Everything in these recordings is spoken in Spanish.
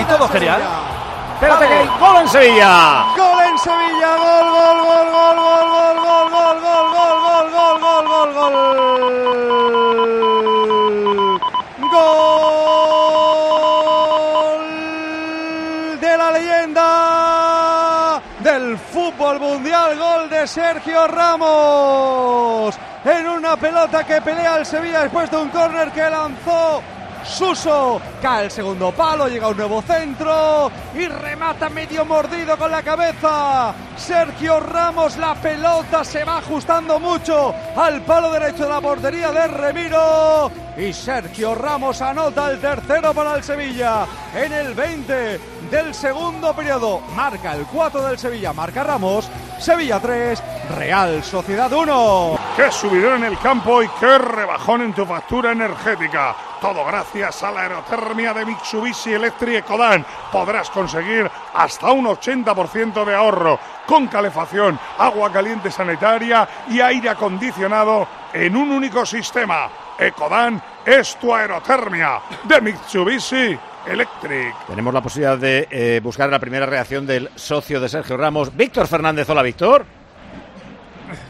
y todo genial. Espérate que hay gol en Sevilla. Gol en Sevilla, gol, gol, gol, gol, gol, gol, gol, gol, gol, gol, gol, gol, gol, gol, gol. Gol de la leyenda del fútbol mundial, gol de Sergio Ramos. En una pelota que pelea el Sevilla después de un córner que lanzó Suso cae el segundo palo, llega un nuevo centro y remata medio mordido con la cabeza. Sergio Ramos, la pelota se va ajustando mucho al palo derecho de la portería de Remiro. Y Sergio Ramos anota el tercero para el Sevilla en el 20 del segundo periodo. Marca el 4 del Sevilla, marca Ramos. Sevilla 3, Real Sociedad 1. Qué subidón en el campo y qué rebajón en tu factura energética. Todo gracias a la aerotermia de Mitsubishi Electric Ecodan. Podrás conseguir hasta un 80% de ahorro con calefacción, agua caliente sanitaria y aire acondicionado en un único sistema. Ecodan es tu aerotermia de Mitsubishi Electric. Tenemos la posibilidad de eh, buscar la primera reacción del socio de Sergio Ramos, Víctor Fernández. Hola, Víctor.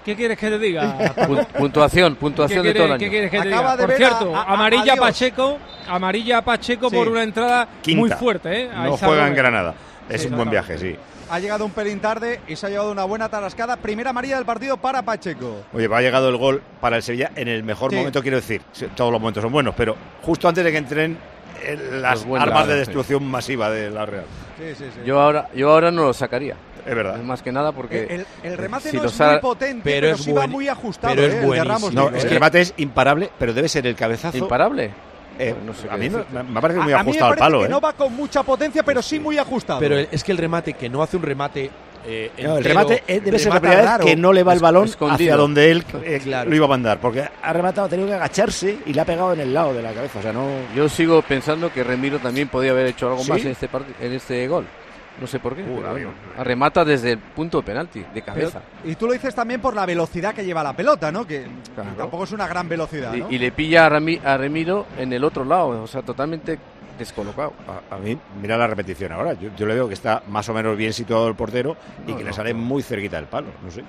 ¿Qué quieres que te diga? Pun- puntuación, puntuación ¿Qué de todo el quieres, qué año. quieres que te Acaba diga? de Por ver cierto, a- a- amarilla adiós. Pacheco, amarilla Pacheco Sí. por una entrada Quinta. muy fuerte, ¿eh? Ahí No se juega en abre. Granada. Es Sí, un buen no, viaje, sí. Ha llegado un pelín tarde y se ha llevado una buena tarascada. Primera amarilla del partido para Pacheco. Oye, ha llegado el gol para el Sevilla en el mejor Sí. momento, quiero decir. Sí, Todos los momentos son buenos, pero justo antes de que entren eh, las Los buenos, armas de claro, destrucción masiva de la Real. Sí, sí, sí. Yo ahora, yo ahora no lo sacaría. Es verdad. Es más que nada porque Eh, el, el remate si no lo es sa- muy potente, pero, pero es sí va buen- muy ajustado. pero es eh, el de buenísimo. Ramos, No, digo, eh. es que el remate es imparable, pero debe ser el cabezazo. imparable. eh, No sé a qué mí me, decirte. me ha parecido muy A- a mí me ajustado al parece palo. que ¿eh? No va con mucha potencia, pero sí muy ajustado. Pero el- es que el remate, que no hace un remate. eh, No, el entero, remate eh, debe ser la remata primera vez raro. que no le va el balón escondido. hacia donde él eh, Claro. lo iba a mandar, porque ha rematado, ha tenido que agacharse y le ha pegado en el lado de la cabeza. O sea, no. Yo sigo pensando que Remiro también podía haber hecho algo ¿Sí? más en este part- en este gol. No sé por qué. Uh, pero amigo. bueno. remata desde el punto de penalti, de Pero- cabeza. y tú lo dices también por la velocidad que lleva la pelota, ¿no? Que Claro. tampoco es una gran velocidad, Y- ¿no? y, le pilla a, Rami- a Remiro en el otro lado, o sea, totalmente descolocado. A, a mí, mira la repetición ahora. Yo, yo le veo que está más o menos bien situado el portero y No, que le no, sale no. muy cerquita del palo. No sé.